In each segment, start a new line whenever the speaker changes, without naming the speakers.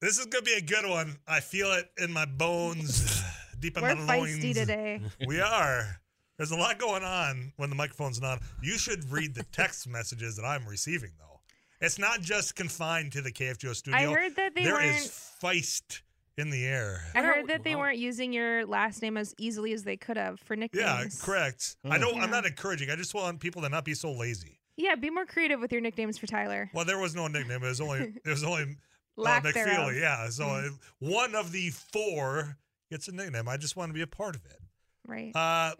This is gonna be a good one. I feel it in my bones, deep in
We're
my loins.
feisty today.
We are. There's a lot going on when the microphone's not. on. You should read the text messages that I'm receiving, though. It's not just confined to the KFGO studio.
I heard that they
There
weren't.
is feist in the air.
I
Where are
heard
we-
that they
wow.
weren't using your last name as easily as they could have for nicknames.
Yeah, correct. I
Mm.
don't.
Yeah.
I'm not encouraging. I just want people to not be so lazy.
Yeah, be more creative with your nicknames for Tyler.
Well, there was no nickname. It was only. It was only uh,
Lack thereof. Mm.
McFeely. Yeah. So uh, one of the four gets a nickname. I just want to be a part of it.
Right.
Uh,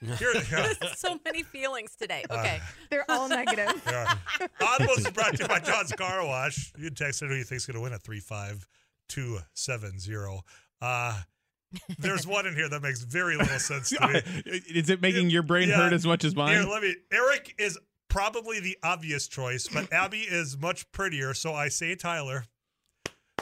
here, yeah,
so many feelings today.
Uh,
Okay.
They're all negative.
there are. Audibles is brought to you by John's Car Wash. You can text in who you think's going to win at three five two seven zero. Uh, there's one in here that makes very little sense to me.
Is it making your brain
Yeah.
hurt as much as
Here,
mine?
let me. Eric is probably the obvious choice, but Abby is much prettier, so I say Tyler.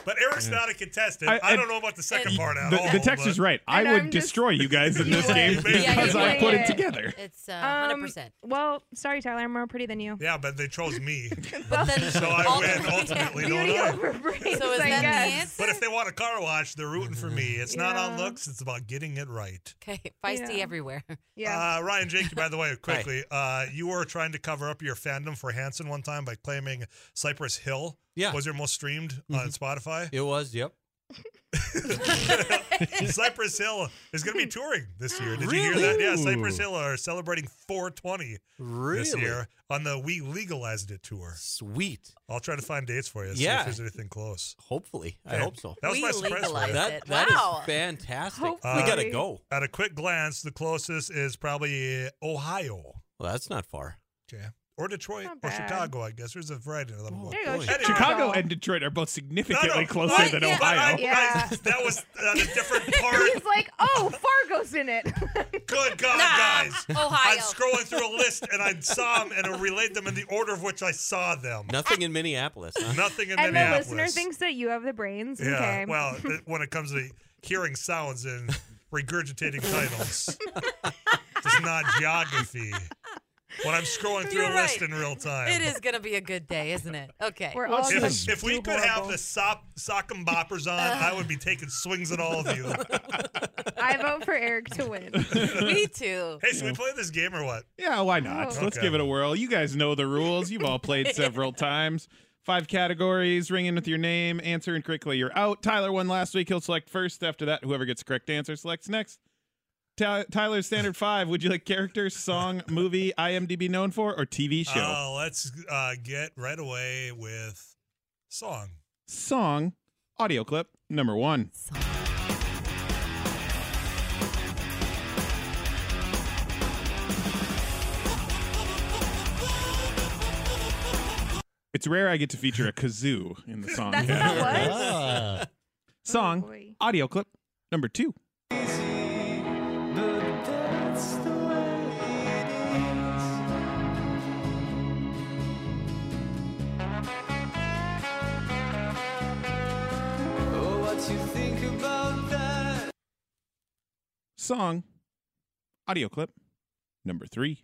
But Eric's
Yeah.
not a contestant. I,
I-
don't know about the second
and-
part at
The,
all.
the text
but-
is right.
I
I
know,
would
I'm just-
destroy you guys in
You
this
would.
game
Yeah, you
because I
would.
put
Yeah.
it together.
It's
Um,
uh, 100%.
Well, sorry, Tyler. I'm more pretty than you.
Yeah, but they chose me.
But then
So I win
ultimately-
ultimately, don't
Beauty
I?
over brains.
So is
I
that the
guess.
answer?
But if they want a car wash, they're rooting for me. It's not on
Yeah.
looks, it's about getting it right.
okay, feisty
Yeah.
everywhere.
Yeah.
Uh, Ryan Jakey, by the way, quickly, uh, you were trying to cover up your fandom for Hanson one time by claiming Cypress Hill
Yeah. Mm-hmm.
was your most streamed on Spotify.
It was, yep.
Cypress Hill is going to be touring this year. Did you hear that?
Really?
Yeah, Cypress
Ooh.
Hill are celebrating 420
Really?
this year on the We Legalized It tour.
Sweet.
I'll try to find dates for you. See
Yeah.
if there's anything close.
Hopefully. I
Okay.
hope so.
That was
We
my surprise. for
legalized
you.
it.
That, that is
Wow.
fantastic.
Hopefully.
We got to go.
At a quick glance, the closest is probably Ohio.
Well, that's not far.
Okay. Or Detroit
Not
or
bad.
Chicago, I guess. There's a variety of them.
Oh,
there you go.
boy.
Anyway.
Chicago and Detroit are both significantly closer
I-
than
yeah,
Ohio.
but I- I-
Yeah.
that was uh, a different part.
He's like, oh, Fargo's in it.
Good God,
Nah,
guys. I'm
Ohio.
scrolling through a list and I saw them and I relayed them in the order of which I saw them.
Nothing in Minneapolis. Huh?
Nothing in
and the
Minneapolis.
listener thinks that you have the brains.
yeah,
okay.
well, th- when it comes to hearing sounds and regurgitating titles, it's not geography. When I'm scrolling through
You're
a list
right.
in real time.
It is going to be a good day, isn't it? Okay.
We're all
If,
just
if we
too
could have
horrible.
the sop, sock 'em boppers on, I would be taking swings at all of you.
I vote for Eric to win.
Me too.
Hey, should we play this game or what?
Yeah, why not?
Oh.
Let's
Okay.
give it a whirl. You guys know the rules. You've all played several times. Five categories, ring in with your name, answer incorrectly, you're out. Tyler won last week. He'll select first. After that, whoever gets the correct answer selects next. Ty- Tyler's standard five. Would you like character, song, movie, IMDb known for, or TV show?
Uh, let's uh, get right away with song.
song, audio clip number one. It's rare I get to feature a kazoo in the song.
That's what that was?
Ah.
Oh,
Song,
boy.
audio clip number two. Song, audio clip number three.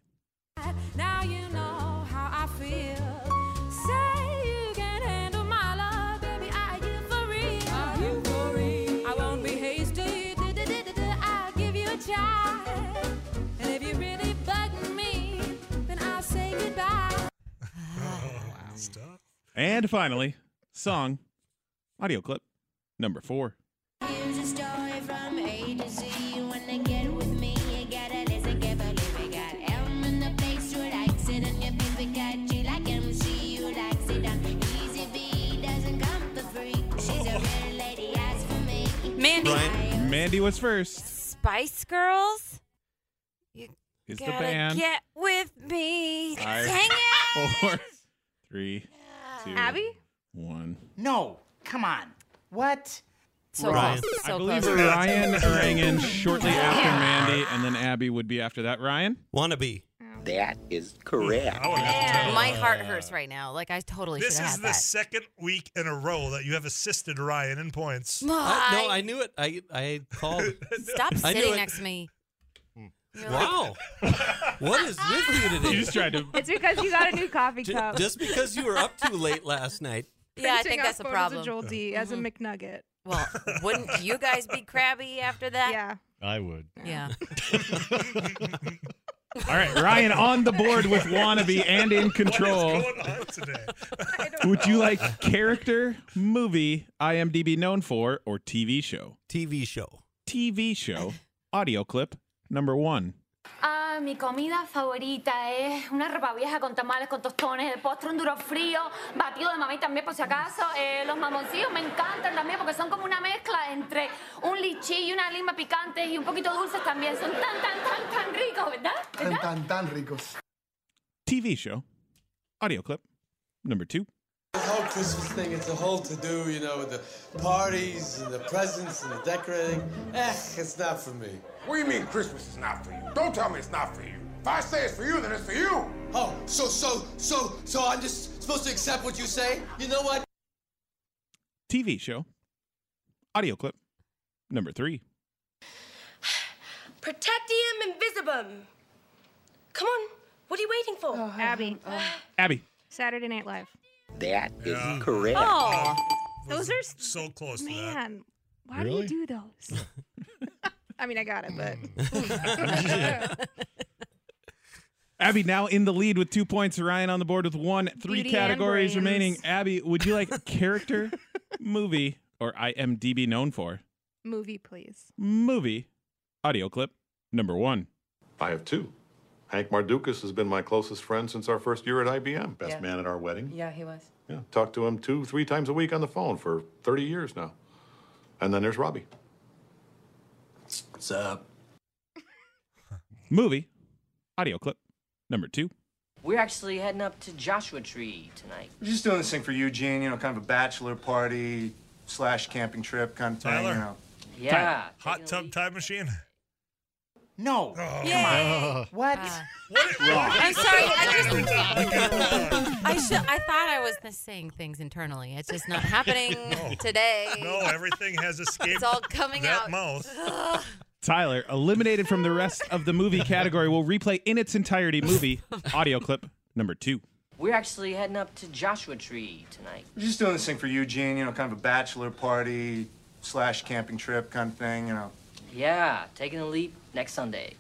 Now you know how I feel. Say you can handle my love, baby. Are you for real? Are you for real? I won't be hasty. Du-du-du-du-du, I'll give you a try. And if you really bug me, then I'll say goodbye.
Stop.
And finally, song, audio clip number four.
Here's a story from A to Z. You wanna get with me? You gotta listen carefully. We got M in the place who likes it on your face. We got G like MC who likes it on Easy B doesn't come for free. She's a real lady, as for me.
Mandy,
Brian,
Mandy was first.
Spice Girls?
Is the
Gotta
band
Get with me.
Five.
Dang it.
four, three, two,
Abby?
one.
No, come on. What?
So
Brian.
close.
I
So
believe
close.
Ryan rang in shortly after Mandy, and then Abby would be after that. Ryan,
wannabe.
That is correct.
I would have to tell you.
My heart hurts right now. Like I totally
Uh, This
should have
is
had
the second week in a row that you have assisted Ryan in points.
that.
I, no,
Why?
I knew it. I I called.
Stop
I knew
sitting
it.
next to me.
Hmm.
You're like,
wow. what is with you
you
today?
just tried to.
It's because you got a new coffee
Ju-
cup.
Just because you were up too late last night
Yeah, I
printing
think
off
that's a
photos
problem. Mm-hmm.
Of Joel D as a McNugget.
Well, wouldn't you guys be crabby after that?
Yeah.
I would.
Yeah.
All right, Ryan on the board with wannabe and in
What
control.
is going on today?
I don't
Would you
know.
like character, movie, IMDb known for, or TV show?
TV show.
TV show audio clip number one.
Ah, mi comida favorita es una ropa vieja con tamales, con tostones, de postre un duro frío, batido de mamey también por si acaso. Eh, los mamoncillos me encantan también porque son como una mezcla entre un lichí y una lima picante y un poquito dulces también. Son tan, tan, tan, tan ricos, ¿verdad? ¿Verdad?
tan, tan ricos.
TV show audio clip number two.
The whole Christmas thing, it's a whole to do, you know, with the parties and the presents and the decorating. Eh, it's not for me.
What do you mean Christmas is not for you? Don't tell me it's not for you. If I say it's for you, then it's for you.
Oh, so, so, so, so I'm just supposed to accept what you say? You know what?
TV show audio clip number three.
Protectium invisibum. Come on, what are you waiting for?
Abby,
Abby,
Saturday Night Live.
That is
Yeah.
correct.
Oh,
Those are s-
so close to that.
Man, why
Really?
do you do those? I mean, I got it, but
Abby now in the lead with two points. Ryan on the board with one. Three
Beauty and
categories
brains.
remaining. Abby, would you like character, movie, or IMDb known for?
movie, please.
Movie audio clip number one.
I have two. Hank Mardukas has been my closest friend since our first year at IBM. Best man at our wedding.
Yeah, he was.
Yeah. Talked to him two, three times a week on the phone for 30 years now. And then there's Robbie.
What's up?
Movie audio clip number two.
We're actually heading up to Joshua Tree tonight.
We're just doing this thing for Eugene, you know, kind of a bachelor party slash camping trip kind of
thing, Tyler? you know.
Yeah.
Hot tub time machine.
No.
Oh.
yay!
What?
What?
I'm sorry. I just
Every time we get one.
I should. I thought I was mis- saying things internally. It's just not happening today.
No, everything has escaped
It's all coming
that
out.
mouth.
Tyler, eliminated from the rest of the movie category, will replay in its entirety movie audio clip number two.
We're actually heading up to Joshua Tree tonight.
We're just doing this thing for Eugene, you know, kind of a bachelor party slash camping trip kind of thing, you know.
Yeah, taking a leap next Sunday.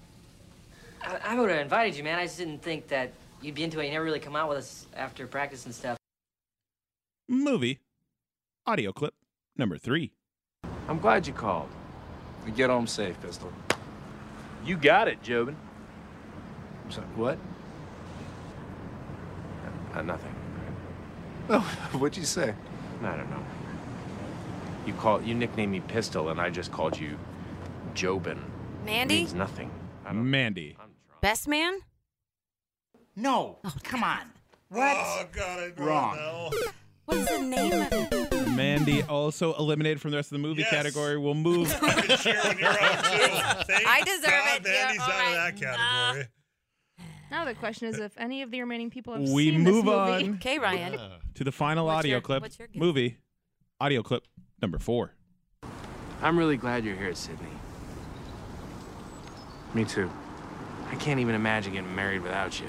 I, I would have invited you, man. I just didn't think that you'd be into it. You never really come out with us after practice and stuff.
Movie audio clip number three.
I'm glad you called. Get home safe, Pistol. You got it, Jobin. I'm sorry, what? nothing.
Oh, what'd you say?
I don't know. You call you nicknamed me Pistol, and I just called you Jobin.
Mandy,
nothing.
Mandy.
best man.
No. Come on.
Oh God, I don't
Wrong.
know.
What's the name of it?
Mandy also eliminated from the rest of the movie
Yes.
category. will move
Cheer when you're up too. Thank
I deserve
God
it.
Mandy's
Yeah,
out
all
of that
right.
category.
Now the question is if any of the remaining people have
We
seen
move
this movie.
on.
Okay, Ryan.
to the final
What's
audio
your-
clip.
what's your guess?
Movie audio clip number four.
I'm really glad you're here, Sydney. Me too. I can't even imagine getting married without you.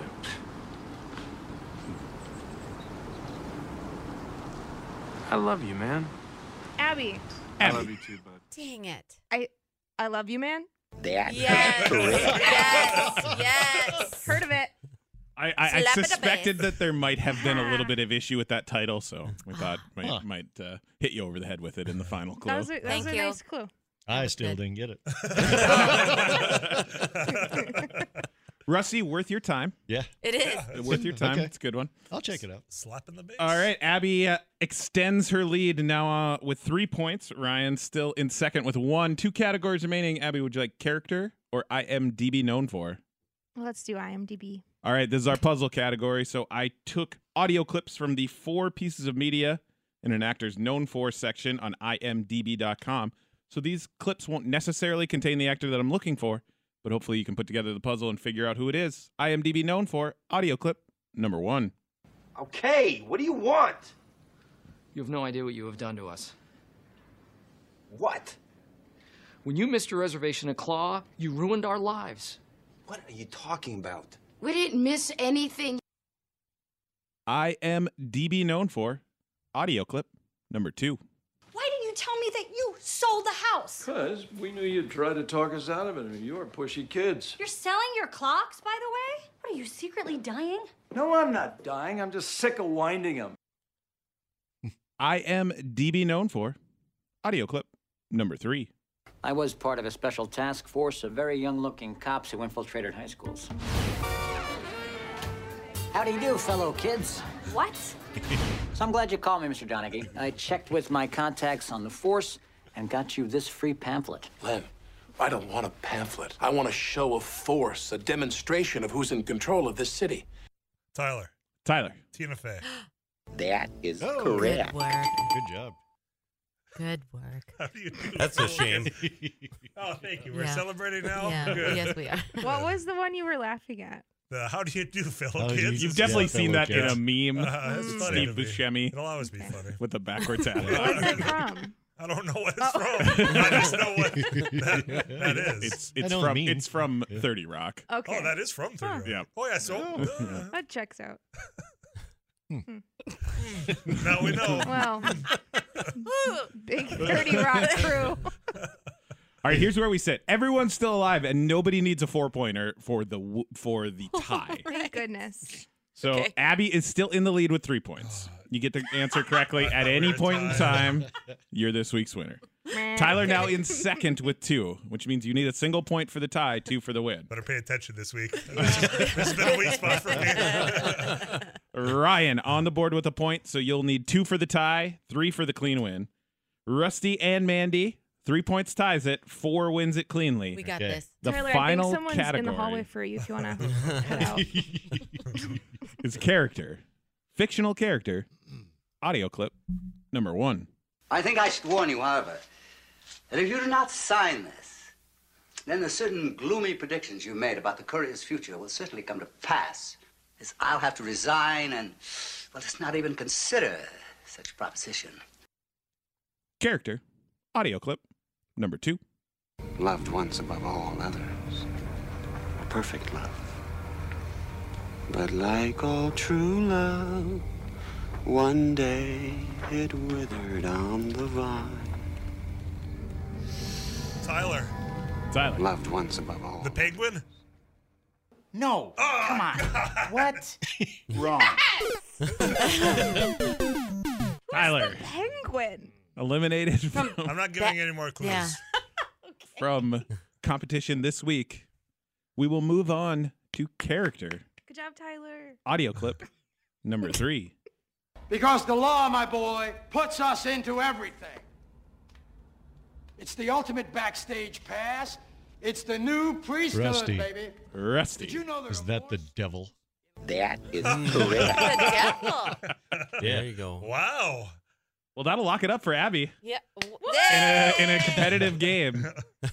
I love you, man.
Abby,
Abby.
you too, bud.
Dang it.
I I love you, man.
That is
Yes.
correct.
Yes. Yes.
Heard of it.
I, I, I
Slap it a
suspected
bit.
that there might have been a little bit of issue with that title, so we thought might,
Huh.
might uh, hit you over the head with it in the final clue.
That was a, that
Thank
was a
you.
nice clue.
I
was
still
good.
didn't get it.
Rusty, worth your time.
Yeah,
It is.
Worth your time.
Okay.
It's a good one.
I'll check it out.
Slapping the base.
All right, Abby uh, extends her lead now uh, with three points. Ryan still in second with one. Two categories remaining. Abby, would you like character or IMDb known for?
Well, let's do IMDb.
All right, this is our puzzle category. So I took audio clips from the four pieces of media in an actor's known for section on imdb.com. So these clips won't necessarily contain the actor that I'm looking for, but hopefully you can put together the puzzle and figure out who it is. IMDb known for audio clip number one.
Okay, what do you want?
You have no idea what you have done to us.
What?
When you missed your reservation at Claw, you ruined our lives.
What are you talking about?
We didn't miss anything.
IMDb known for Audio clip number two.
Why didn't you tell me that you sold the house?
Because we knew you'd try to talk us out of it. I mean, you are pushy kids.
You're selling your clocks, by the way? What are you secretly dying?
No, I'm not dying. I'm just sick of winding them.
I am DB known for audio clip number three.
I was part of a special task force of very young looking cops who infiltrated high schools. How do you do, fellow kids?
What?
So I'm glad you called me, Mr. Donaghy. I checked with my contacts on the force and got you this free pamphlet.
Len, I don't want a pamphlet. I want a show of force, a demonstration of who's in control of this city.
Tyler.
Tyler.
Tina Fey.
That is
Oh, good
correct.
work.
Good job.
Good work.
How do you do
That's a
that?
shame.
oh, thank you. We're
Yeah.
celebrating now.
Yeah.
Good.
Yes, we are.
What was the one you were laughing at?
The how do you do, fellow
Oh, you-
kids?
you've definitely Yeah, seen fellow that in kids. a meme.
Uh, that's
Mm.
funny to
Steve
me.
Buscemi.
It'll always be funny.
with the backwards hat.
Where's it from?
I don't know what it's from. I just know what that, that is.
It's it's from it's from Thirty Rock.
Okay.
Oh, that is from Thirty Rock.
Yeah.
Oh yeah. So
Oh.
That checks out. Hmm.
uh, now we know.
Well, big 30 Rock crew.
All right, here's where we sit. Everyone's still alive, and nobody needs a four pointer for the w- for the tie.
Thank goodness.
So Abby is still in the lead with three points. You get to answer correctly at any point in time. You're this week's winner. Tyler now in second with two, which means you need a single point for the tie, two for the win.
Better pay attention this week. this has been a weak spot for me.
Ryan on the board with a point, so you'll need two for the tie, three for the clean win. Rusty and Mandy, three points ties it, four wins it cleanly.
We got Okay. this.
The
Tyler,
final
I think someone's
category
in the hallway for you if you want to cut out.
is character, fictional character, audio clip number one.
I think I should warn you, however, that if you do not sign this, then the certain gloomy predictions you made about the courier's future will certainly come to pass. As I'll have to resign and, well, let's not even consider such a proposition.
Character, audio clip number two.
Loved once above all others. Perfect love. But like all true love, one day it withered on the vine.
Tyler,
Tyler.
Loved once above all.
the penguin.
No. Come on. What? Wrong.
Tyler
Penguin.
eliminated from,
I'm not giving any more clues.
yeah.
from competition this week. We will move on to character,
Good job, Tyler.
audio clip number three.
Because the law, my boy, puts us into everything. It's the ultimate backstage pass. It's the new priesthood,
Rusty.
baby.
Rusty.
Did you know there
Is that the devil?
That is
correct.
Mm. There you go.
Wow.
Well, that'll lock it up for Abby
Yeah.
in a, in a competitive game.
Take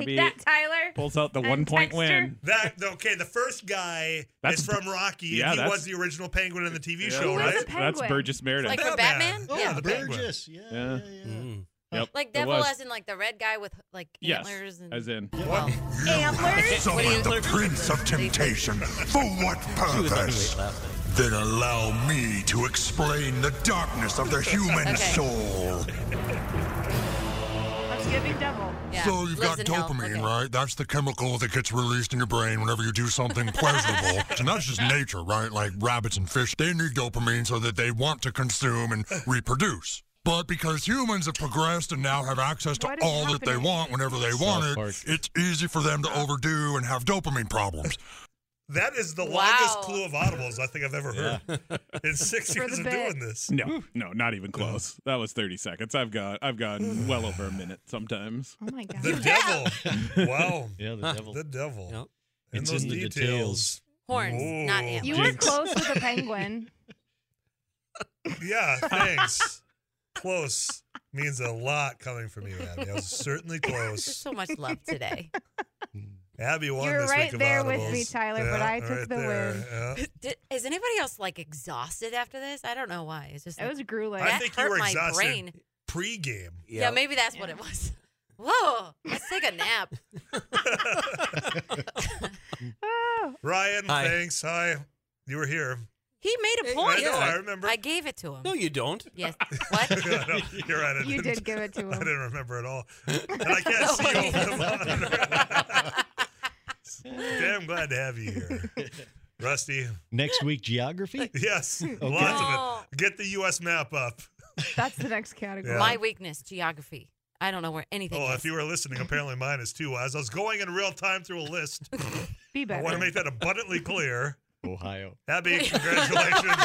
Abby
that, Tyler.
pulls out the
And
one point
Texter.
win.
That okay. The first guy
That's-
is from Rocky.
yeah,
and he
that's-
was the original penguin in the TV
Yeah,
show,
He was
right?
a that's penguin. Burgess Meredith. Like
from Batman?
Yeah,
Yeah.
the
Burgess,
Penguin.
Yeah.
Mm.
Yep,
Like
it
devil
was.
as in like the red guy with like
Yes,
antlers and
as in.
well, antlers. What do you-
the Prince of Temptation. For what purpose? Then allow me to explain the darkness of the human
Okay.
soul.
That's giving double. Oh
So you've got dopamine, right? That's the chemical that gets released in your brain whenever you do something pleasurable. and that's just nature, right? Like rabbits and fish, they need dopamine so that they want to consume and reproduce. But because humans have progressed and now have access to
What is
all that they
happening?
want whenever they
South
want it,
Park.
it's easy for them to overdo and have dopamine problems.
That is the
Wow.
longest clue of audibles I think I've ever heard in six
For
years
the
of
bit.
doing this.
No, no, not even close. That was 30 seconds. I've got I've gone well over a minute sometimes.
Oh my god.
The devil. Wow.
Yeah, the devil.
The devil.
It's
those
in the
details.
Horns, not
Whoa.
antlers.
You were close with a penguin.
Yeah, thanks. close means a lot coming from you, Abby. I was certainly
There's
close.
so much love today.
Abby won
You were
this
right
week of
there with
audibles.
me, Tyler, but I took the win.
yeah.
Did, is anybody else like exhausted after this? I don't know why. It's just
It
like,
was grueling.
I
That
think you
hurt
were
my
exhausted
brain.
pre-game.
Yeah, maybe that's what it was. Whoa, let's take a nap.
Ryan,
Hi.
Oh,
thanks. Hi. You were here.
He made a point.
I know, I remember.
Oh, I gave it to him.
No, you don't.
Yes.
Yeah, no, you're right. I
You
didn't-
did give it to
I
him.
didn't remember at all. And I can't see over the monitor. Damn glad to have you here. Rusty.
Next week, geography?
Yes.
Okay.
Lots
No.
of it. Get the U.S. map up.
That's the next category.
Yeah.
My weakness, geography. I don't know where anything
Oh,
is.
if you were listening, apparently mine is too. As I was going in real time through a list,
Be
I
better.
want to make that abundantly clear.
Ohio.
Abby, congratulations.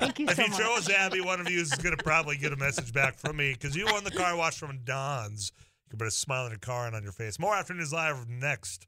Thank you
if
so
you
much.
chose Abby, one of you is going to probably get a message back from me because you won the car wash from Don's. You can put a smile in your car and on your face. More Afternoons Live next.